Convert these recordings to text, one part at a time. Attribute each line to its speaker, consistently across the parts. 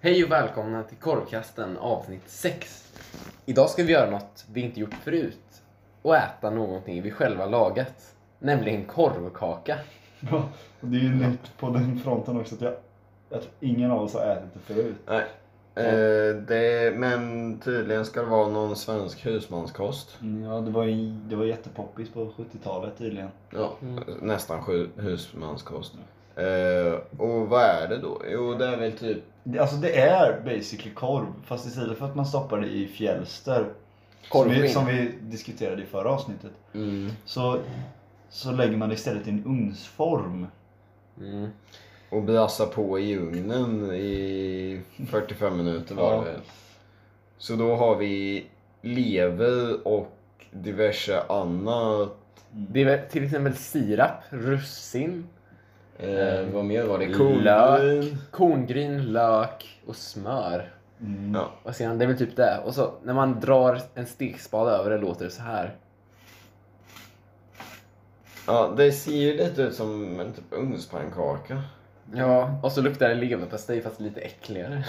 Speaker 1: Hej och välkomna till Korvkasten avsnitt 6. Idag ska vi göra något vi inte gjort förut och äta någonting vi själva lagat. Nämligen korvkaka.
Speaker 2: Ja, och det är ju nytt på den fronten också att jag, jag tror ingen av oss har ätit det förut.
Speaker 3: Nej. Eh, det, men tydligen ska det vara någon svensk husmanskost.
Speaker 2: Mm, Ja, det var, ju- det var jättepoppis på 70-talet tydligen.
Speaker 3: Ja,
Speaker 1: Mm.
Speaker 3: nästan sju, husmanskost. Eh, och vad är det då? Jo, det är väl typ...
Speaker 2: Det- Alltså det är basically korv, fast istället för att man stoppar det i fjälster, som vi,
Speaker 1: Korvskinn.
Speaker 2: som vi diskuterade i förra avsnittet,
Speaker 1: Mm.
Speaker 2: så, så lägger man det istället i en ugnsform.
Speaker 1: Mm.
Speaker 3: Och brassa på i ugnen i 45 minuter var
Speaker 2: Ja.
Speaker 3: det väl. Så då har vi lever och diverse annat.
Speaker 1: Det är väl till exempel sirap, russin,
Speaker 3: Eh, vad mer var det?
Speaker 1: lök, korngryn, lök och smör.
Speaker 2: Mm.
Speaker 3: Ja.
Speaker 1: Och sedan, det är väl typ det. Och så när man drar en stekspad över det låter det så här.
Speaker 3: Ja, det ser ju lite ut som en typ ugnspannkaka.
Speaker 1: Ja, och så luktar det leverpastej fast lite äckligare.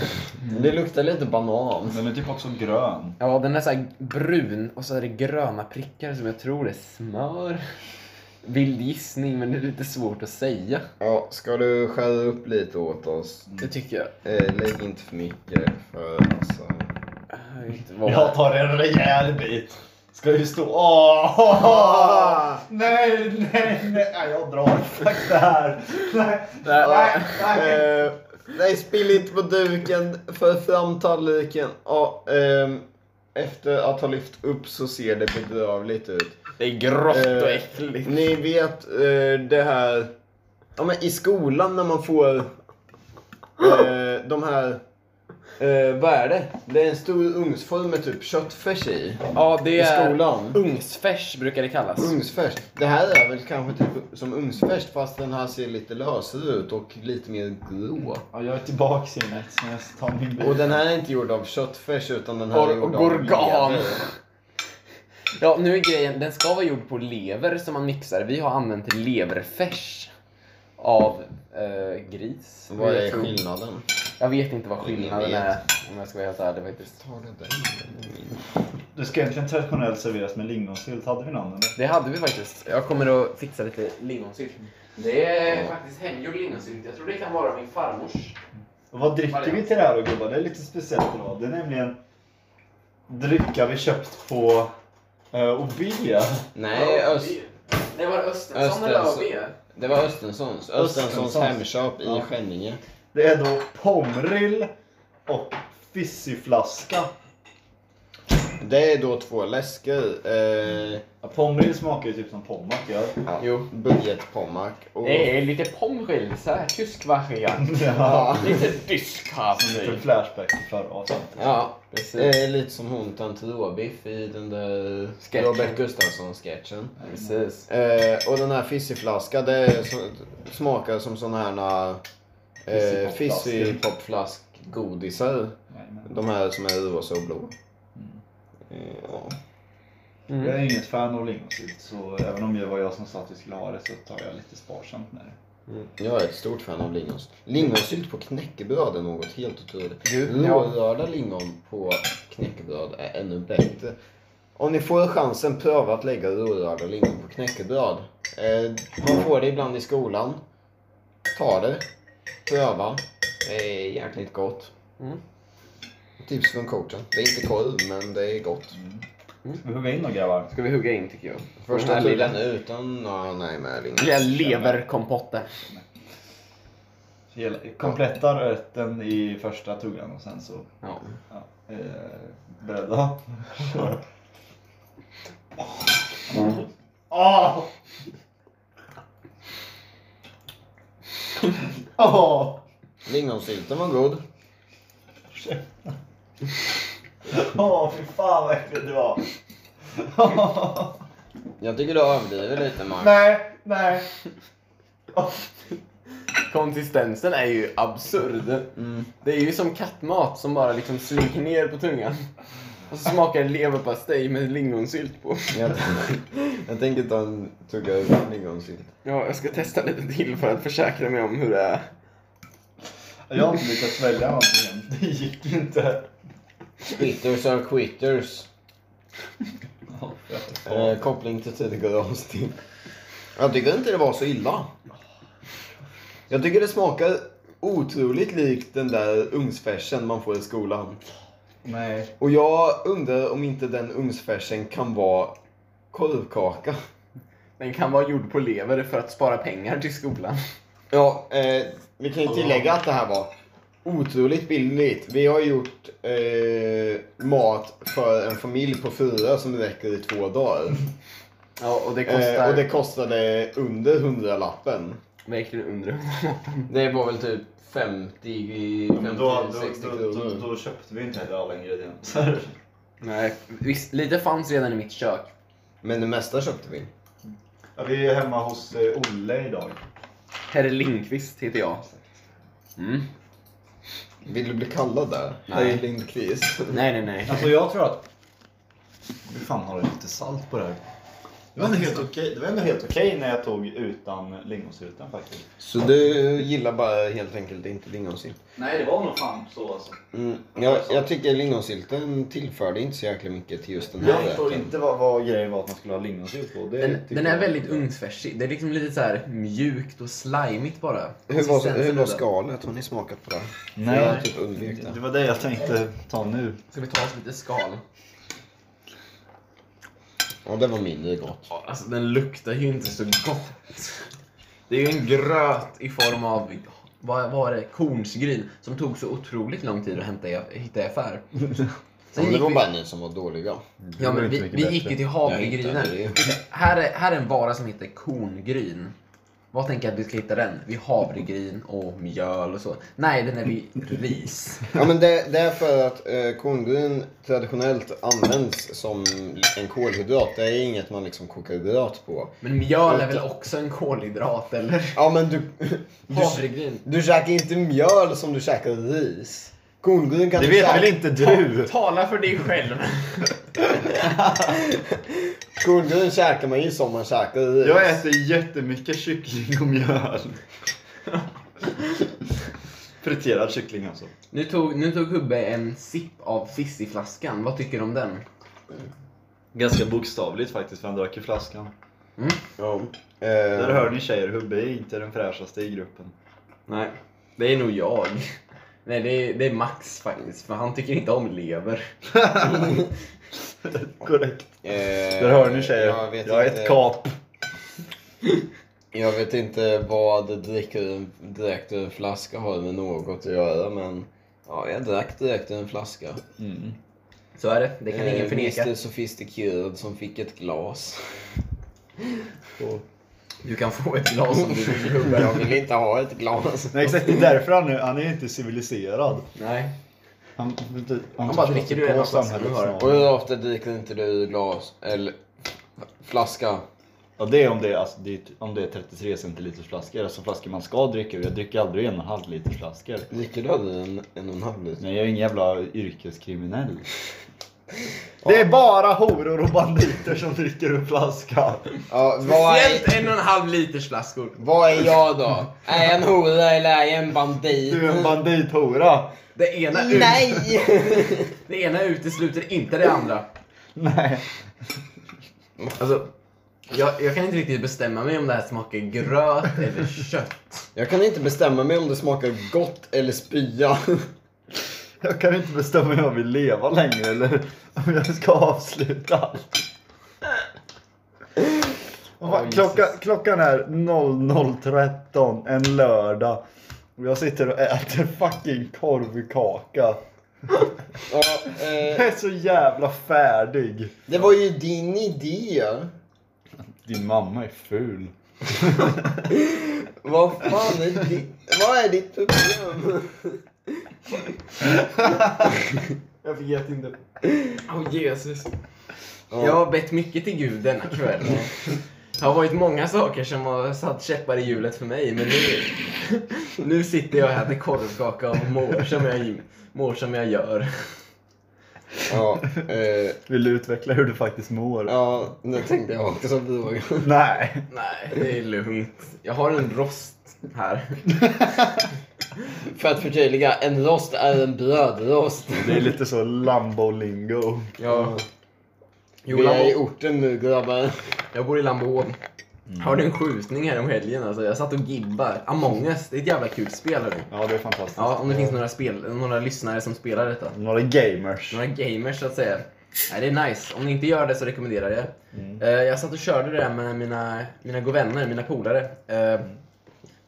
Speaker 3: Det luktar lite banan.
Speaker 2: Den är typ också grön.
Speaker 1: Ja, den är så här brun och så är det gröna prickar som jag tror är smör. Vild gissning, men det är lite svårt att säga.
Speaker 3: Ja, ska du skära upp lite åt oss?
Speaker 1: Det tycker jag.
Speaker 3: Eh, lägg inte för mycket för alltså...
Speaker 1: Jag vet inte vad-
Speaker 2: Jag tar en rejäl bit. Ska ju stå... Åh! Nej, nej, nej. Nej, Jag drar. Fuck det här. Nej,
Speaker 1: Nej,
Speaker 2: nej, nej.
Speaker 3: Eh, nej, spill inte på duken. För fram tallriken. Ja, ehm, efter att ha lyft upp så ser det bedrövligt ut.
Speaker 1: Det är grått och
Speaker 3: Eh,
Speaker 1: äckligt.
Speaker 3: Ni vet eh, det här... Ja, men I skolan när man får eh, de här... Eh, vad är det? Det är en stor ugnsform med typ köttfärs i.
Speaker 1: Ja, det
Speaker 3: I
Speaker 1: är...
Speaker 3: skolan.
Speaker 1: Ugnsfärs brukar det kallas.
Speaker 3: Ugnsfärs. Det här är väl kanske typ som ugnsfärs fast den här ser lite lösare ut och lite mer grå.
Speaker 2: Ja, jag är tillbaks i nät så jag tar min
Speaker 3: Och
Speaker 2: bit.
Speaker 3: den här är inte gjord av köttfärs utan den här
Speaker 1: Och-
Speaker 3: är gjord
Speaker 1: och organ.
Speaker 3: av lever.
Speaker 1: Ja, nu är grejen, den ska vara gjord på lever som man mixar. Vi har använt leverfärs av eh, gris.
Speaker 3: Vad är
Speaker 1: Jag tror-
Speaker 3: skillnaden?
Speaker 1: Jag vet inte vad skillnaden
Speaker 3: Ingen vet.
Speaker 1: är, om jag ska vara helt ärlig faktiskt.
Speaker 3: Tar det där?
Speaker 2: Det ska egentligen traditionellt serveras med lingonsylt. Hade vi någon eller?
Speaker 1: Det hade vi faktiskt. Jag kommer att fixa lite lingonsylt. Mm. Det är
Speaker 3: Ja.
Speaker 1: faktiskt hemgjord lingonsylt. Jag tror det kan vara min farmors.
Speaker 2: Och vad dricker vi till det här då gubbar? Det är lite speciellt idag. Det är nämligen drycka vi köpt på eh, OB.
Speaker 3: Nej, Öst,
Speaker 1: Det var Östensson
Speaker 3: Östensson.
Speaker 1: eller ÖB?
Speaker 3: det var Östenssons. Östenssons
Speaker 2: Östenssons.
Speaker 3: hemköp i
Speaker 2: Ja.
Speaker 3: Skänninge.
Speaker 2: Det är då Pomrill och Fizzyflaska.
Speaker 3: Det är då två läskor. Eh,
Speaker 2: Ja, Pomrill smakar ju typ som Pommac gör.
Speaker 1: Jo.
Speaker 3: Budgetpommac. Och,
Speaker 1: Det är lite pommes såhär tysk variant.
Speaker 2: Ja.
Speaker 1: Lite tysk
Speaker 2: Lite
Speaker 1: havsvin.
Speaker 2: flashback till förra avsnittet.
Speaker 3: Ja,
Speaker 1: Precis.
Speaker 3: eh, lite som hon tant Råbiff i den där
Speaker 1: Sketchen.
Speaker 3: Robert Gustafsson-sketchen.
Speaker 1: Precis.
Speaker 3: Eh, och den här fizzyflaskan, det är så, smakar som sån här eh,
Speaker 2: Fizzypopflask.
Speaker 3: fizzypopflask-godisar. De här som är rosa och blå. Eh, ja.
Speaker 2: Jag
Speaker 1: Mm.
Speaker 2: är inget fan av lingonsylt så även om det var jag som sa att vi skulle ha det så tar jag lite sparsamt med det.
Speaker 3: Jag är ett stort fan av lingonsylt. Lingonsylt på knäckebröd är något helt otroligt.
Speaker 1: Du, ja.
Speaker 3: Rårörda lingon på knäckebröd är ännu bättre. Om ni får chansen, pröva att lägga rårörda lingon på knäckebröd. Eh, man får det ibland i skolan. Ta det. Pröva. Det är jäkligt gott.
Speaker 1: Mm.
Speaker 3: Tips från coachen. Det är inte korv, men det är gott.
Speaker 2: Mm. Ska vi hugga in då grabbar?
Speaker 1: Ska vi hugga in tycker jag. Den
Speaker 3: Första
Speaker 1: här lilla,
Speaker 3: tuggan utan... Ja, nej, med lingon.
Speaker 1: lilla leverkompotten.
Speaker 2: Hela- Kompletta rätten i första tuggan och sen så
Speaker 1: Ja.
Speaker 2: ja, eh, beredda. Kör. Åh! Åh!
Speaker 3: Lingonsylten var god.
Speaker 2: Åh, fy fan vad äckligt det var!
Speaker 3: Jag tycker du överdriver lite, Max.
Speaker 2: nej, nej. Åh.
Speaker 1: Konsistensen är ju absurd.
Speaker 3: Mm.
Speaker 1: Det är ju som kattmat som bara liksom slinker ner på tungan. Och så smakar det leverpastej med lingonsylt på.
Speaker 3: Jag, jag tänker ta en tugga ur lingonsylt.
Speaker 1: Ja, jag ska testa lite till för att försäkra mig om hur det är.
Speaker 2: Jag har inte lyckats svälja någonting än. Det gick inte.
Speaker 3: Spitters are quitters.
Speaker 2: Ja,
Speaker 3: Eh, koppling till tidigare avsnitt. Jag tycker inte det var så illa. Jag tycker det smakar otroligt likt den där ugnsfärsen man får i skolan.
Speaker 2: Nej.
Speaker 3: Och jag undrar om inte den ugnsfärsen kan vara korvkaka.
Speaker 1: Den kan vara gjord på lever för att spara pengar till skolan.
Speaker 3: Ja, eh, vi kan ju tillägga att det här var otroligt billigt. Vi har gjort eh, mat för en familj på fyra som räcker i två dagar.
Speaker 1: Ja, och det
Speaker 3: Eh,
Speaker 1: kostar
Speaker 3: och Mm. det kostade under hundralappen.
Speaker 1: verkligen under
Speaker 3: Det var väl typ 50,
Speaker 2: Ja, men då, då, då, då, då köpte vi inte heller alla ingredienser.
Speaker 1: Nej, visst, lite fanns redan i mitt kök.
Speaker 3: Men det mesta köpte vi.
Speaker 2: Ja, vi är hemma hos eh, Olle idag.
Speaker 1: Herr Lindqvist heter jag. Mm.
Speaker 3: Vill du bli kallad där?
Speaker 1: Nej.
Speaker 3: Herr Lindqvist.
Speaker 1: Nej, nej, nej.
Speaker 2: Alltså jag tror att... Hur fan har du lite salt på det här? Det var ändå helt okej, det var ändå helt okej när jag tog utan lingonsylt faktiskt.
Speaker 3: Så du gillar bara helt enkelt inte lingonsylt?
Speaker 2: Nej, det var nog fan så alltså.
Speaker 3: Mm, jag, jag tycker lingonsylten tillförde inte så jäkla mycket till just den här
Speaker 2: Jag förstår
Speaker 3: rätten.
Speaker 2: inte vad, vad grejen var att man skulle ha lingonsylt på. Det
Speaker 1: Den,
Speaker 2: tycker
Speaker 1: den
Speaker 2: jag-
Speaker 1: är väldigt ugnsfärsig. Det är liksom lite så här mjukt och slimigt bara.
Speaker 3: Hur var,
Speaker 1: Konsistensen
Speaker 3: hur
Speaker 1: i
Speaker 3: var
Speaker 1: den.
Speaker 3: skalet? Har ni smakat på det? Jag har
Speaker 2: Nej,
Speaker 3: typ undvikit det.
Speaker 2: det var det jag tänkte ta nu.
Speaker 1: Ska vi ta oss lite skal?
Speaker 3: Ja, det var mindre gott.
Speaker 1: Ja, Alltså den luktar ju inte så gott. Det är ju en gröt i form av, vad var det, kornsgryn som tog så otroligt lång tid att hämta i, hitta i affär.
Speaker 3: Ja,
Speaker 1: Sen
Speaker 3: men det
Speaker 1: gick
Speaker 3: var
Speaker 1: vi,
Speaker 3: bara ni som var dåliga.
Speaker 1: ja, men vi, vi gick ju till havregrynen.
Speaker 3: Jag hittade
Speaker 1: Här är, här är en vara som heter korngryn. Vad tänker jag att vi ska hitta den? Vi havregryn och mjöl och så. Nej, den är vid ris.
Speaker 3: Ja, men det, det är för att eh, korngryn traditionellt används som en kolhydrat. Det är inget man liksom kokar gröt på.
Speaker 1: Men mjöl är väl också en kolhydrat eller?
Speaker 3: Ja, men du, du,
Speaker 1: Havregryn.
Speaker 3: du käkar inte mjöl som du käkar ris. Korngryn kan
Speaker 2: Det
Speaker 3: du
Speaker 2: vet
Speaker 3: käka-
Speaker 2: väl inte du?
Speaker 1: Tala för dig själv.
Speaker 3: Korngryn käkar man ju som man käkar ris.
Speaker 2: Jag äter jättemycket kyckling och mjöl. Friterad kyckling alltså.
Speaker 1: Nu tog, nu tog Hubbe en sipp av fissiflaskan. Vad tycker du om den?
Speaker 2: Ganska bokstavligt faktiskt för han drack ju flaskan.
Speaker 3: Ja. Eh,
Speaker 2: Där hör ni tjejer, Hubbe är inte den fräschaste i gruppen.
Speaker 1: Nej, det är nog jag. Nej, det är, det är Max faktiskt, för han tycker inte om lever.
Speaker 2: Korrekt.
Speaker 3: eh,
Speaker 2: Där hör ni tjejer,
Speaker 3: Jag,
Speaker 2: jag,
Speaker 3: vet
Speaker 2: är
Speaker 3: inte,
Speaker 2: ett kap.
Speaker 3: jag vet inte vad dricker ur- direkt ur en flaska har med något att göra men ja, jag drack direkt ur en flaska.
Speaker 2: Mm.
Speaker 1: Så är det, det kan
Speaker 3: Eh,
Speaker 1: ingen förneka.
Speaker 3: Mr Sophisticated som fick ett glas.
Speaker 1: Du kan få ett glas om du vill
Speaker 3: Jag
Speaker 1: Hubbe.
Speaker 3: vill inte ha ett glas.
Speaker 2: Nej exakt, det är därför han, är- han är inte civiliserad.
Speaker 1: Nej.
Speaker 2: Han, han,
Speaker 1: Han bara dricker ur en av flaskorna
Speaker 2: samhällets
Speaker 1: du har.
Speaker 2: norm.
Speaker 3: Och hur ofta dricker inte du ur glas? Eller flaska?
Speaker 2: Ja det är om det är, alltså, det är, om det är 33 centiliters flaskor, alltså flaskor man ska dricka ur. Jag dricker aldrig en och en halv liters flaskor.
Speaker 3: Dricker du aldrig en, en och en halv liter?
Speaker 2: Nej jag är ingen jävla yrkeskriminell. Det är bara horor och banditer som dricker ur flaska.
Speaker 3: Ja, vad är,
Speaker 1: Speciellt en och en halv liters flaskor.
Speaker 3: vad är jag då? Är jag en hora eller är jag en bandit?
Speaker 2: Du är en bandithora.
Speaker 1: Det ena, ut,
Speaker 3: Nej!
Speaker 1: det ena utesluter inte det andra.
Speaker 2: Nej.
Speaker 1: Alltså, jag, jag kan inte riktigt bestämma mig om det här smakar gröt eller kött.
Speaker 3: Jag kan inte bestämma mig om det smakar gott eller spya.
Speaker 2: Jag kan inte bestämma om jag vill leva längre eller om jag ska avsluta allt. Vad fan,
Speaker 1: Åh,
Speaker 2: Klocka,
Speaker 1: Jesus.
Speaker 2: klockan är 00.13 en lördag. Och jag sitter och äter fucking korvkaka.
Speaker 3: Ja,
Speaker 2: Jag
Speaker 3: eh,
Speaker 2: är så jävla färdig.
Speaker 3: det var ju din idé.
Speaker 2: Din mamma är ful.
Speaker 3: Vad fan är ditt, vad är ditt problem?
Speaker 2: Jag vet inte.
Speaker 1: Åh oh, Jesus. Jag har bett mycket till Gud denna kväll. Det har varit många saker som har satt käppar i hjulet för mig, men nu, nu sitter jag här med korvkaka och mår som jag, mår som jag gör.
Speaker 3: Ja, eh,
Speaker 2: Vill du utveckla hur du faktiskt mår?
Speaker 3: ja, det tänkte jag också fråga.
Speaker 2: Nej.
Speaker 1: Nej, det är lugnt. Jag har en rost här.
Speaker 3: För att förtydliga, en rost är en brödrost.
Speaker 2: Det är lite så Lambo-lingo.
Speaker 1: Ja. Jo,
Speaker 3: Mm. Vi är i
Speaker 1: Lambo-
Speaker 3: orten nu grabbar.
Speaker 1: Jag bor i Lambohovn. Har du en skjutning här om helgen alltså? Jag satt och gibbar. Among us, det är ett jävla kul spel hörni.
Speaker 2: Ja, det är fantastiskt.
Speaker 1: Ja, om det finns några, spel, några lyssnare som spelar detta.
Speaker 2: Några gamers.
Speaker 1: Några gamers så att säga. Nej, det är nice. Om ni inte gör det så rekommenderar jag det.
Speaker 2: Mm.
Speaker 1: Eh, Jag satt och körde det där med mina, mina goda vänner, mina polare. Eh,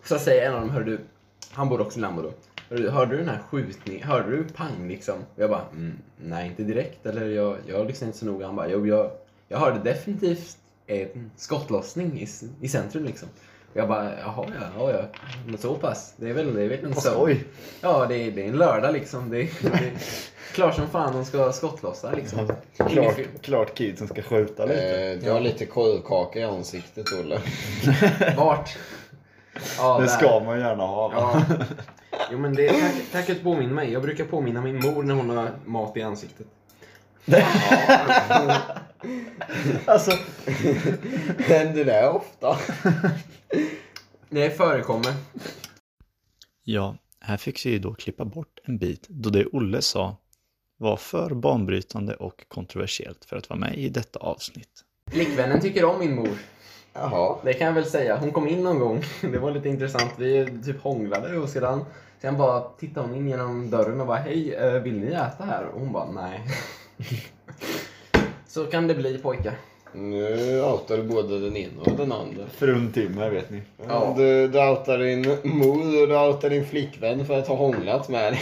Speaker 1: Så att säga, en av dem hörde du, han bor också i Lambo då. Hörde du, hörde du den här skjutningen? Hörde du pang liksom? Och jag bara, mm, nej inte direkt. Eller jag, jag lyssnade inte så noga. Han bara, jo jag, jag hörde definitivt en skottlossning i, s- i centrum liksom. Och jag bara, jaha ja, ja, ja. Men så pass. Det är väl, det är väl en
Speaker 2: Vad
Speaker 1: sömn.
Speaker 2: skoj.
Speaker 1: Ja, det är, det är en lördag liksom. Det är, det är klart som fan de ska skottlossa liksom. Inget
Speaker 2: Klart,
Speaker 1: fel.
Speaker 2: klart kidsen ska skjuta lite.
Speaker 3: Eh, du har lite korvkaka i ansiktet Olle.
Speaker 1: Vart? Ja,
Speaker 2: Det
Speaker 1: där.
Speaker 2: ska man gärna ha. va?
Speaker 1: Ja. Jo men det, tack, tack att du påminner mig. Jag brukar påminna min mor när hon har mat i ansiktet. Ja.
Speaker 2: Alltså,
Speaker 3: Händer det ofta?
Speaker 1: Det förekommer.
Speaker 4: Ja, här fick jag ju då klippa bort en bit då det Olle sa var för banbrytande och kontroversiellt för att vara med i detta avsnitt.
Speaker 1: Flickvännen tycker om min mor.
Speaker 3: Jaha.
Speaker 1: Det kan jag väl säga. Hon kom in någon gång. Det var lite intressant. Vi typ hånglade och sedan sen bara tittade hon in genom dörren och bara Hej, eh, vill ni äta här? Och hon bara nej. Så kan det bli pojkar.
Speaker 3: Nu outar du både den ena och den andra.
Speaker 2: frun Timmer vet ni.
Speaker 1: Ja.
Speaker 3: Du, du outar din mor och du outar din flickvän för att ha hånglat med dig.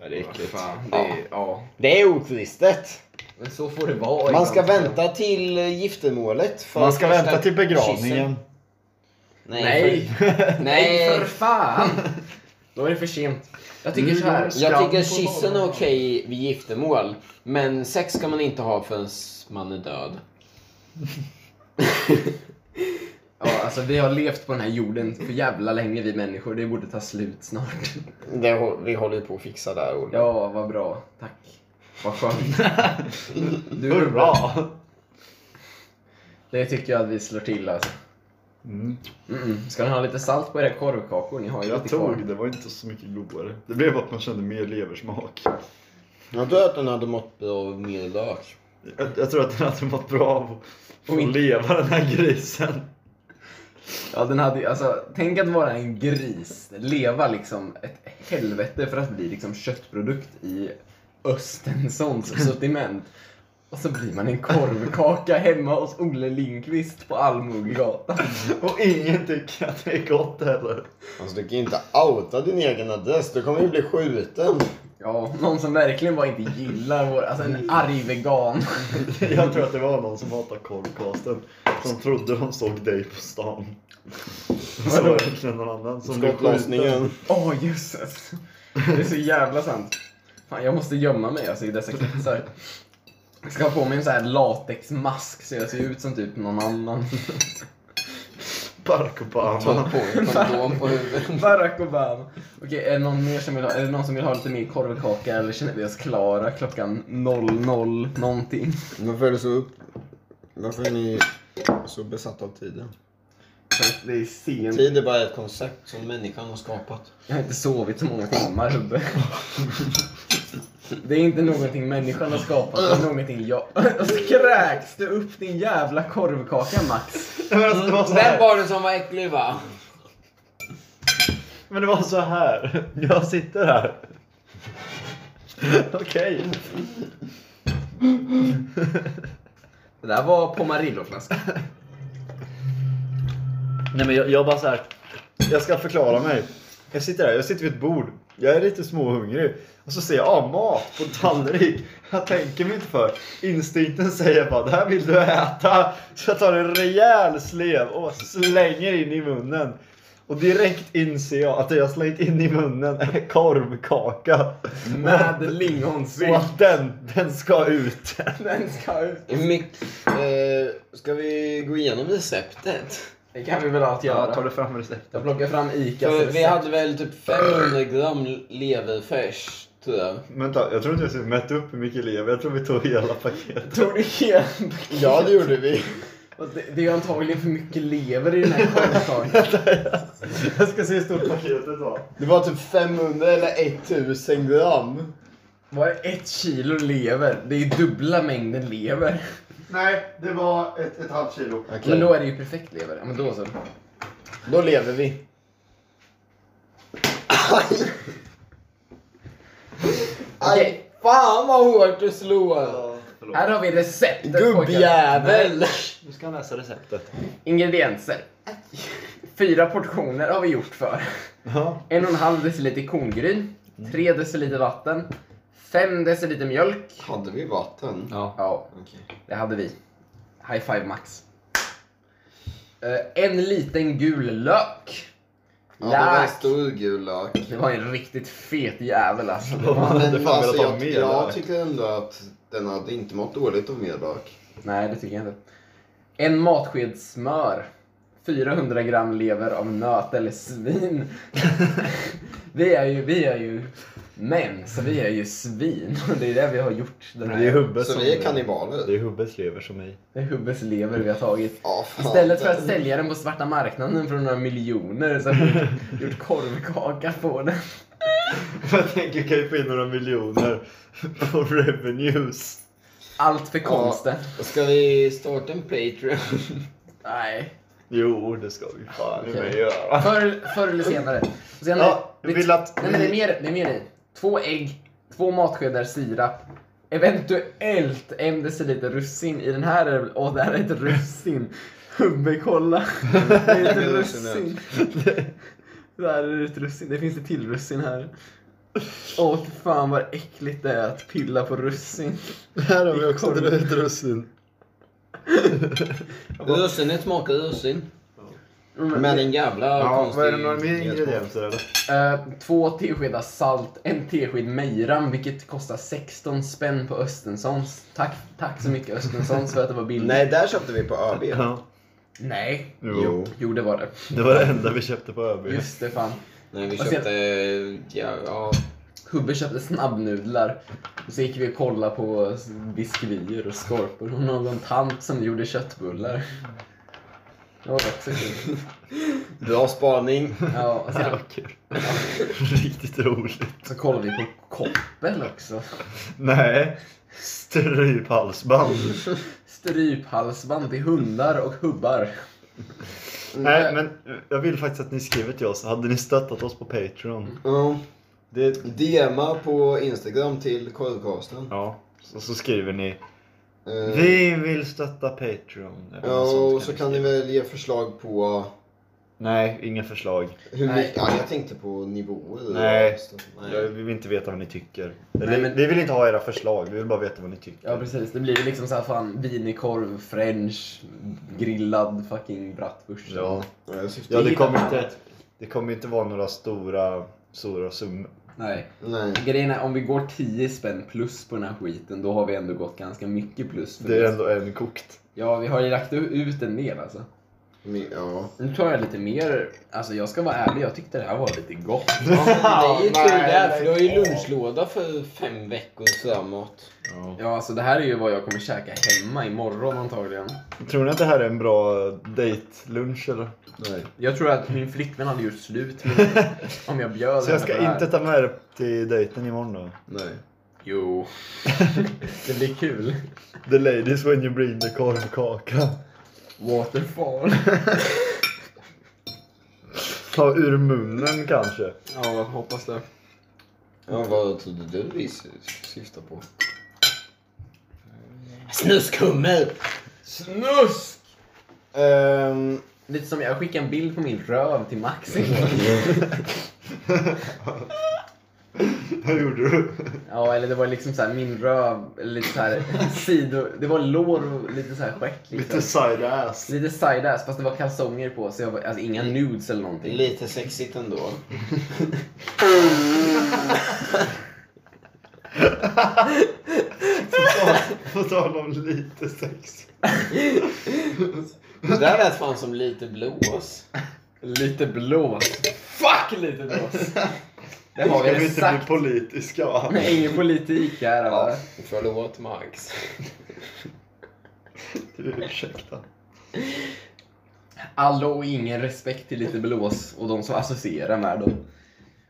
Speaker 2: Ja, det är äckligt.
Speaker 1: Fan, det, är- ja.
Speaker 3: Det är okristet.
Speaker 1: Men så får det vara. liksom.
Speaker 3: Man ska
Speaker 1: ibland.
Speaker 3: vänta till eh, giftermålet. för
Speaker 2: Man ska
Speaker 3: första
Speaker 2: vänta till begravningen.
Speaker 3: kyssen. Nej.
Speaker 1: Nej! Nej
Speaker 3: Nej.
Speaker 1: för fan! Då är det för sent. Jag tycker
Speaker 2: Mm.
Speaker 1: så här.
Speaker 3: Jag tycker
Speaker 2: Skam på
Speaker 3: kyssen är
Speaker 2: banan.
Speaker 3: okej vid giftermål. Men sex ska man inte ha förrän man är död.
Speaker 1: Ja, alltså, vi har levt på den här jorden för jävla länge vi människor. Det borde ta slut snart.
Speaker 3: Det, hå- vi håller ju på att fixa där Olle.
Speaker 1: Ja, vad bra. Tack. Vad skönt. Du,
Speaker 2: Hurra!
Speaker 1: Det tycker jag att vi slår till alltså.
Speaker 2: Mm.
Speaker 1: Mm-mm. Ska ni ha lite salt på era korvkakor? Ni har ju
Speaker 2: Jag
Speaker 1: lite kvar.
Speaker 2: tog, det var inte så mycket godare. Det blev att man kände mer leversmak.
Speaker 3: Jag tror att den hade mått bra av mer lök.
Speaker 2: Jag, jag tror att den hade mått bra av att få
Speaker 1: Oj.
Speaker 2: leva den här grisen.
Speaker 1: Ja, den hade ju, alltså, tänk att vara en gris. Leva liksom ett helvete för att bli liksom köttprodukt i Östenssons sortiment. Och så blir man en korvkaka hemma hos Olle Lindqvist på Allmogegatan.
Speaker 2: Och ingen tycker att det är gott heller.
Speaker 3: Alltså du kan ju inte outa din egen adress. Du kommer ju bli skjuten.
Speaker 1: Ja, någon som verkligen bara inte gillar vår, alltså
Speaker 3: Mm.
Speaker 1: en arg vegan.
Speaker 2: Jag tror att det var någon som hatade korvkasten som trodde de såg dig på stan. Och så var det verkligen någon annan som blev skjuten.
Speaker 3: Skottlossningen.
Speaker 1: Åh jösses! Det är så jävla sant. Fan, jag måste gömma mig alltså, i dessa kretsar. Jag ska ha på mig en sån här latexmask så jag ser ut som typ någon annan.
Speaker 2: Barack
Speaker 3: Hålla
Speaker 2: Obama.
Speaker 3: på med kondom på huvudet.
Speaker 1: Barack Obama. Okej, är det någon mer som vill ha, är det någon som vill ha lite mer korvkaka eller känner vi oss klara klockan 00 någonting?
Speaker 3: Varför är det så upp... Varför är ni så besatta av tiden?
Speaker 1: För att det är sent.
Speaker 3: Tid är bara ett koncept som människan har skapat.
Speaker 1: Jag har inte sovit så många timmar Hubbe. Det är inte någonting människan har skapat, det är någonting jag... Och så kräks du upp din jävla korvkaka Max.
Speaker 2: Men, alltså, det var så
Speaker 3: Vem
Speaker 2: här.
Speaker 3: var det som var äcklig va?
Speaker 2: Men det var så här. Jag sitter här. Okej.
Speaker 1: Det där var Pomarilloflaska.
Speaker 2: Nej men jag, jag bara så här. Jag ska förklara mig. Jag sitter här, jag sitter vid ett bord. Jag är lite småhungrig. Och så ser jag, ah, mat på en tallrik. Jag tänker mig inte för. Instinkten säger bara, det här vill du äta. Så jag tar en rejäl slev och slänger in i munnen. Och direkt inser jag att det jag slängt in i munnen är korvkaka.
Speaker 1: Med
Speaker 2: Och
Speaker 1: lingonsylt.
Speaker 2: att den, den ska ut.
Speaker 1: Den ska ut.
Speaker 3: Hur mycket... Eh, ska vi gå igenom receptet?
Speaker 1: Det kan vi väl allt göra.
Speaker 2: du fram receptet?
Speaker 1: Jag plockar fram Icas
Speaker 3: För vi
Speaker 1: recept.
Speaker 3: hade väl typ 500 gram leverfärs, tror jag.
Speaker 2: Vänta, jag tror inte jag mätte upp hur mycket lever. Jag tror vi tog hela paketet.
Speaker 1: Tog du hela
Speaker 3: Ja, det gjorde vi.
Speaker 1: Och Det, det är ju antagligen för mycket lever i den här korvkakan.
Speaker 2: Jag ska se hur stort paketet var.
Speaker 3: Det var typ 500 eller 1000 gram.
Speaker 1: Var det ett kilo lever? Det är ju dubbla mängden lever.
Speaker 2: Nej, det var ett, ett halvt kilo.
Speaker 3: Okej.
Speaker 1: Men då är det ju perfekt lever. Ja, men då så.
Speaker 3: Då lever vi. Aj! Aj! Fan vad hårt du slår!
Speaker 1: Här har vi receptet pojkar.
Speaker 3: Gubbjävel!
Speaker 2: Nu ska han läsa receptet.
Speaker 1: Ingredienser. Fyra portioner har vi gjort för.
Speaker 2: Ja.
Speaker 1: En och en halv deciliter korngryn.
Speaker 3: Mm.
Speaker 1: Tre deciliter vatten. Fem deciliter mjölk.
Speaker 3: Hade vi vatten?
Speaker 4: Ja.
Speaker 1: Ja,
Speaker 3: Okej.
Speaker 1: det hade vi. High five max. Eh, En liten gul lök.
Speaker 3: Ja, det var en
Speaker 1: Lök.
Speaker 3: stor gul lök.
Speaker 1: Det var en riktigt fet jävel alltså.
Speaker 2: Man hade fan
Speaker 3: alltså,
Speaker 2: velat ha
Speaker 3: jag,
Speaker 2: mer
Speaker 3: jag
Speaker 2: lök.
Speaker 3: tycker ändå att den hade inte mått dåligt av mer lök.
Speaker 1: Nej, det tycker jag inte. En matsked smör. 400 gram lever av nöt eller svin. vi, är ju, vi är ju män, så vi är ju svin. Och det är det vi har gjort. Den
Speaker 2: Det
Speaker 1: här.
Speaker 2: är Hubbe
Speaker 3: Så
Speaker 2: som...
Speaker 3: vi är kannibaler.
Speaker 2: Det är Hubbes lever som i.
Speaker 1: Det är Hubbes lever vi har tagit.
Speaker 3: Ja, fan.
Speaker 1: Istället för att sälja den på svarta marknaden för några miljoner så har vi gjort- gjort korvkaka på den.
Speaker 2: Jag tänker kan ju få in några miljoner på revenues.
Speaker 1: Allt för
Speaker 3: Ja.
Speaker 1: konsten.
Speaker 3: Ska vi starta en Patreon?
Speaker 1: Nej.
Speaker 2: Jo, det ska vi fan i
Speaker 1: Okej.
Speaker 2: mig göra.
Speaker 1: Förr, förr eller senare. Och sen-
Speaker 2: Ja,
Speaker 1: det-
Speaker 2: vill att
Speaker 1: Nej men det är
Speaker 2: vi-
Speaker 1: mer, det är mer i. Två ägg, två matskedar sirap, eventuellt en deciliter russin. I den här är det väl- åh det här är ett russin. Hubbe kolla. Det är ett russin. Det här är ett russin, det finns ett till russin här. Åh fy fan vad äckligt det är att pilla på russin.
Speaker 2: Här har
Speaker 1: vi också dragit
Speaker 2: russin.
Speaker 3: Russinet smakar russin.
Speaker 1: Mm,
Speaker 3: Med en jävla
Speaker 2: Ja,
Speaker 3: konstig...
Speaker 2: vad är det några mer ingredienser eller?
Speaker 1: eh, två teskedar salt, en tesked mejram vilket kostar 16 spänn på Östensons. Tack, tack så mycket Östensons för att det var billigt.
Speaker 3: Nej, där köpte vi på ÖB.
Speaker 2: Ja.
Speaker 1: Nej.
Speaker 2: Jo.
Speaker 1: Jo, det var det.
Speaker 2: Det var det enda vi köpte på ÖB.
Speaker 1: Just det, fan.
Speaker 3: Nej, vi
Speaker 1: Och sen-
Speaker 3: köpte... Ja, ja.
Speaker 1: Hubbe köpte snabbnudlar. Och så gick vi och kollade på biskvier och skorpor och någon tant som gjorde köttbullar. Det var också kul.
Speaker 3: Bra spaning.
Speaker 1: Ja, och
Speaker 2: Det
Speaker 1: sen
Speaker 2: var kul. Riktigt roligt.
Speaker 1: så kollade vi på koppel också.
Speaker 2: Nej. Stryphalsband.
Speaker 1: Stryphalsband till hundar och hubbar.
Speaker 2: Nej, men jag vill faktiskt att ni skriver till oss. Hade ni stöttat oss på Patreon?
Speaker 3: Ja.
Speaker 2: Det...
Speaker 3: DMa på Instagram till korvcasten.
Speaker 2: Ja. Så, så skriver ni.
Speaker 3: Eh,
Speaker 2: Vi vill stötta Patreon. eller något
Speaker 3: Ja,
Speaker 2: sånt
Speaker 3: och så kan ni
Speaker 2: skriva.
Speaker 3: väl ge förslag på
Speaker 2: Nej, inga förslag.
Speaker 3: hur
Speaker 1: Nej.
Speaker 3: mycket... Ja, jag tänkte på nivåer.
Speaker 2: Nej. Jag-
Speaker 3: Nej.
Speaker 2: Vi vill inte veta vad ni tycker.
Speaker 1: Nej,
Speaker 2: Eller,
Speaker 1: men-
Speaker 2: Vi vill inte ha era förslag, vi vill bara veta vad ni tycker.
Speaker 1: Ja, precis. Det blir ju liksom så här fan wienerkorv, french, grillad fucking bratwurst.
Speaker 2: Ja.
Speaker 3: Ja, jag syftar-
Speaker 2: Ja, det kommer inte, det kommer inte vara några stora, stora summor.
Speaker 1: Nej.
Speaker 3: Nej.
Speaker 1: Grejen är, om vi går 10 spänn plus på den här skiten, då har vi ändå gått ganska mycket plus. För
Speaker 2: Det är ändå en kokt.
Speaker 1: Ja, vi har ju lagt ut en del alltså.
Speaker 3: Men, ja.
Speaker 1: Nu tar jag lite mer, alltså jag ska vara ärlig, jag tyckte det här var lite gott.
Speaker 3: Det är ju tur det, här, för du har ju
Speaker 2: Nej.
Speaker 3: lunchlåda för fem veckor framåt.
Speaker 2: Ja.
Speaker 1: Ja, alltså det här är ju vad jag kommer käka hemma imorgon antagligen.
Speaker 2: Tror ni att det här är en bra date-lunch eller?
Speaker 3: Nej.
Speaker 1: Jag tror att min flickvän hade gjort slut med om jag bjöd
Speaker 2: Så jag
Speaker 1: henne
Speaker 2: ska
Speaker 1: på det här.
Speaker 2: inte ta med det till dejten imorgon då?
Speaker 3: Nej.
Speaker 1: Jo. det blir kul.
Speaker 2: The ladies when you bring the korvkaka.
Speaker 1: Waterfall.
Speaker 2: Ta ur munnen kanske.
Speaker 1: Ja, jag hoppas det.
Speaker 3: Ja, vad trodde du vi syftade på? Snuskhummer!
Speaker 1: Snusk!
Speaker 3: Ehm,
Speaker 1: Lite som jag skickade en bild på min röv till Max igår.
Speaker 2: Hur gjorde du?
Speaker 1: Ja, eller det var liksom så här min röv, eller lite så här sidor, det var lår och lite så här skäck liksom.
Speaker 2: Lite side ass.
Speaker 1: Lite side-ass, fast det var kalsonger på så jag var, alltså inga nudes eller
Speaker 3: det är
Speaker 1: någonting.
Speaker 3: lite sexigt ändå.
Speaker 2: På tal om lite sex.
Speaker 3: Det där lät fan som lite blås.
Speaker 1: Lite blås. Fuck lite blås! Det har
Speaker 2: Ska
Speaker 1: vi
Speaker 2: vi inte bli
Speaker 1: exakt.
Speaker 2: politiska va?
Speaker 1: Nej, ingen politik här va?
Speaker 3: Förlåt Max.
Speaker 2: Du, Ursäkta.
Speaker 1: Allo och ingen respekt till lite blås och de som associerar med dem.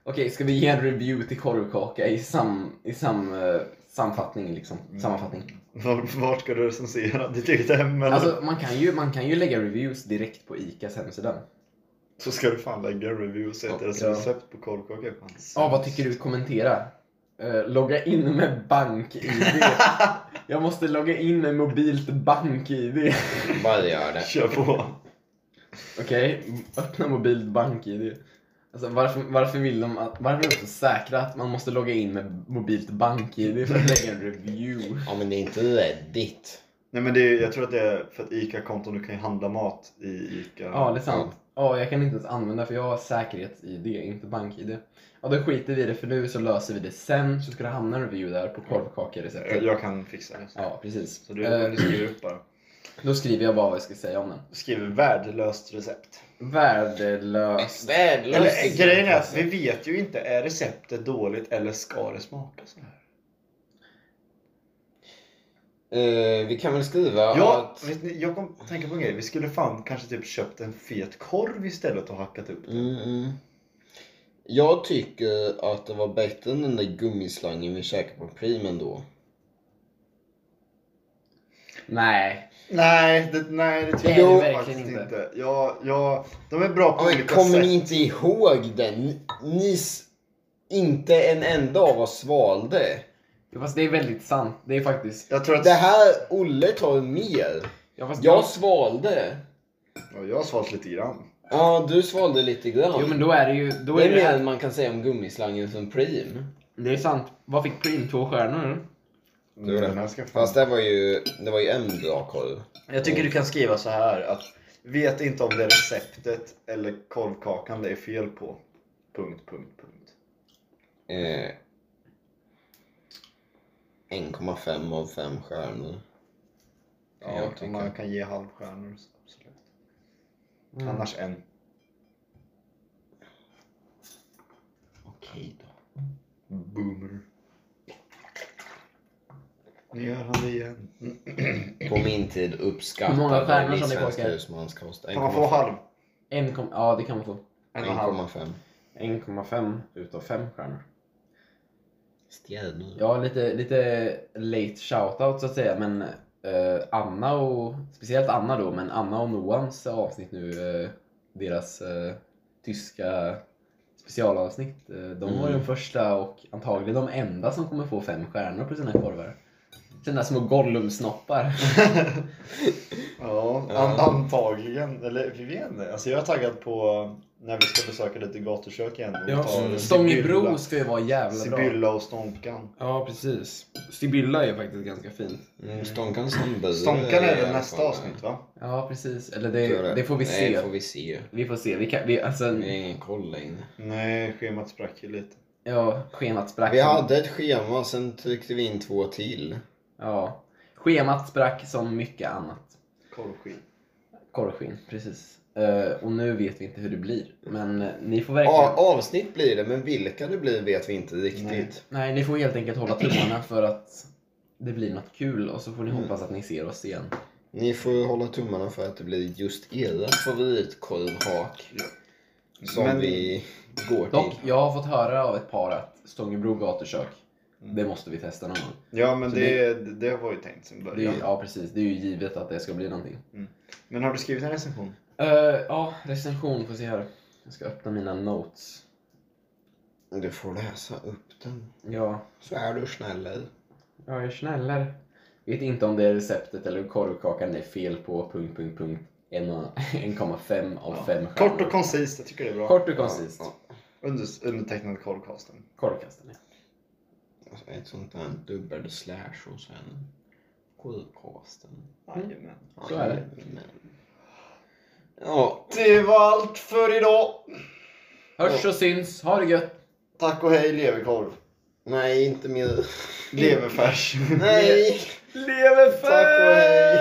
Speaker 1: Okej, ska vi ge en review till korvkaka i, sam, i sam, eh, samfattning liksom? Sammanfattning.
Speaker 2: Vart, vart ska du recensera? Ditt eget hem eller?
Speaker 1: Alltså, man kan, ju, man kan ju lägga reviews direkt på ICAs hemsida.
Speaker 2: Så ska du fan lägga reviews och
Speaker 1: Ja.
Speaker 2: ett recept på korvkaka. Fan,
Speaker 1: Ja, vad tycker du? Kommentera. Eh, logga in med bank-id. Jag måste logga in med mobilt bank-id.
Speaker 3: Bara gör det.
Speaker 2: Kör på.
Speaker 1: Okej, öppna mobilt bank-id. Alltså, varför, varför vill de att, varför är de så säkra att man måste logga in med mobilt bank-id för att lägga en review?
Speaker 3: Ja men det är inte Reddit.
Speaker 2: Nej men det är, jag tror att det är för att ICA-konton, du kan ju handla mat i ICA.
Speaker 1: Ja, det är sant. Ja, jag kan inte ens använda för jag har säkerhets-id, inte bank-id. Ja, då skiter vi i det för nu så löser vi det sen så ska det hamna en review där på
Speaker 2: jag,
Speaker 1: korvkakereceptet.
Speaker 2: jag kan fixa det.
Speaker 1: Ja, precis.
Speaker 2: Så du,
Speaker 1: Eh,
Speaker 2: du skriver upp bara.
Speaker 1: då skriver jag bara vad jag ska säga om den.
Speaker 2: Skriver värdelöst recept.
Speaker 1: Värdelös.
Speaker 2: Eller,
Speaker 3: Värdelöst.
Speaker 2: eh, grejen är att vi vet ju inte, är receptet dåligt eller ska det smaka så här?
Speaker 3: Eh, vi kan väl skriva
Speaker 2: Ja,
Speaker 3: att...
Speaker 2: vet ni, jag kom att tänka på en grej. Vi skulle fan kanske typ köpt en fet korv istället och hackat upp den.
Speaker 3: Mm, mm. Jag tycker att det var bättre än den där gummislangen vi käkade på Prim ändå.
Speaker 1: Nej.
Speaker 2: Nej, det, nej, det tycker
Speaker 1: Det är det
Speaker 2: jag
Speaker 1: verkligen
Speaker 2: faktiskt
Speaker 1: inte.
Speaker 2: inte. Ja, ja, de är bra på
Speaker 3: Oj,
Speaker 2: olika
Speaker 3: kommer
Speaker 2: sätt.
Speaker 3: ni inte ihåg den? Ni, ni s- inte en enda av oss svalde.
Speaker 1: Ja, fast det är väldigt sant. Det är faktiskt...
Speaker 2: Jag tror att...
Speaker 3: Det här, Olle tar mer.
Speaker 1: Ja, fast
Speaker 3: Jag svalde.
Speaker 2: Ja, jag har svalt lite grann.
Speaker 3: Ja, du svalde lite grann.
Speaker 1: Jo, men då är det ju... Då
Speaker 3: det
Speaker 1: är
Speaker 3: är
Speaker 1: det,
Speaker 3: mer än man kan säga om gummislangen från Prim.
Speaker 1: det är sant. Vad fick Prim? Två stjärnor? eller?
Speaker 2: Men den här ska fan...
Speaker 3: Fast det var ju, det var ju en bra korv.
Speaker 2: Jag tycker du kan skriva så här att vet inte om det är receptet eller korvkakan det är fel på. Punkt, punkt, punkt.
Speaker 3: Eh, 1,5 av 5 stjärnor.
Speaker 2: Ja,
Speaker 3: jag Mm. tycker.
Speaker 2: man kan ge halvstjärnor. så Absolut. Annars en.
Speaker 3: Okej då.
Speaker 2: Boomer. Nu gör han det igen.
Speaker 3: På min tid uppskattade
Speaker 1: Hur många stjärnor
Speaker 3: vi
Speaker 1: som ni
Speaker 3: svensk
Speaker 1: påskar?
Speaker 3: husmanskost.
Speaker 2: Kan man få halv?
Speaker 1: En kom, ja, det kan man få.
Speaker 2: En och en halv.
Speaker 3: 1,5.
Speaker 1: 1,5 utav 5 stjärnor.
Speaker 3: Stjärnor.
Speaker 1: Ja, lite, lite late shoutout så att säga, men eh, Anna och... Speciellt Anna då, men Anna och Noans avsnitt nu, eh, deras eh, tyska specialavsnitt. eh, de var
Speaker 3: Mm.
Speaker 1: de första och antagligen de enda som kommer få fem stjärnor på sina korvar. Sina små Gollum-snoppar.
Speaker 2: Ja, an- antagligen. Eller vi vet inte. Alltså jag är taggad på eh, när vi ska besöka lite gatukök igen. och ta
Speaker 1: Ja, mm.
Speaker 2: Sibylla-
Speaker 1: Stångebro ska ju vara jävla bra.
Speaker 2: Sibylla och Stonkan.
Speaker 1: Ja, precis. Sibylla är faktiskt ganska fint.
Speaker 3: Mm, Stånkan som
Speaker 2: Stonkan är väl nästa avsnitt va?
Speaker 1: Ja, precis. Eller det, det får vi
Speaker 3: Nej,
Speaker 1: se.
Speaker 3: får vi se.
Speaker 1: Vi får se. Vi kan, vi, alltså,
Speaker 3: Vi har ingen koll längre.
Speaker 2: Nej, schemat sprack ju lite.
Speaker 1: ja, schemat sprack.
Speaker 3: Vi hade ett schema, sen tryckte vi in två till.
Speaker 1: Ja. Schemat sprack som mycket annat.
Speaker 2: Korvskit.
Speaker 1: Korvskinn, precis. Eh, och nu vet vi inte hur det blir. Men eh, ni får verkligen...
Speaker 3: A- avsnitt blir det, men vilka det blir vet vi inte riktigt.
Speaker 1: Nej, ni får helt enkelt hålla tummarna för att det blir något kul och så får ni
Speaker 3: Mm.
Speaker 1: hoppas att ni ser oss igen.
Speaker 3: Ni får hålla tummarna för att det blir just era favoritkorvhak som
Speaker 2: Mm. Men-
Speaker 3: vi går
Speaker 1: Dock,
Speaker 3: till.
Speaker 1: jag har fått höra av ett par att Stångebro gatukök, det måste vi testa någon gång.
Speaker 2: Ja men
Speaker 1: Så
Speaker 2: det, det... var ju tänkt sen
Speaker 1: Det är
Speaker 2: början.
Speaker 1: ju, ja, precis. Det är ju givet att det ska bli någonting.
Speaker 2: Men har du skrivit en recension?
Speaker 1: Eh, ja, recension. Får se här. Jag ska öppna mina notes.
Speaker 3: Du får läsa upp den.
Speaker 1: Ja,
Speaker 3: Så är du snällare.
Speaker 1: ja jag är snällare. Vet inte om det är receptet eller korvkakan det är fel på... Punkt, punkt, punkt. En och- 1,5 av
Speaker 2: Ja.
Speaker 1: 5
Speaker 2: Kort och koncist, jag tycker det är bra.
Speaker 1: Kort och koncist.
Speaker 3: Ja,
Speaker 2: Under, undertecknad korvcasten.
Speaker 1: Korvkasten, ja.
Speaker 3: ja. Alltså, Ett sånt där dubbel-slash och sen korvcasten.
Speaker 1: Mm.
Speaker 2: Jajamän.
Speaker 1: Så är det.
Speaker 3: Ja,
Speaker 2: Det var allt för idag.
Speaker 1: Hörs och syns. Ha det gött.
Speaker 2: Tack och hej leverkorv.
Speaker 3: nej inte mer.
Speaker 1: Mm.
Speaker 2: Leverfärs.
Speaker 3: Nej!
Speaker 1: Leverfest!
Speaker 2: Tack och hej.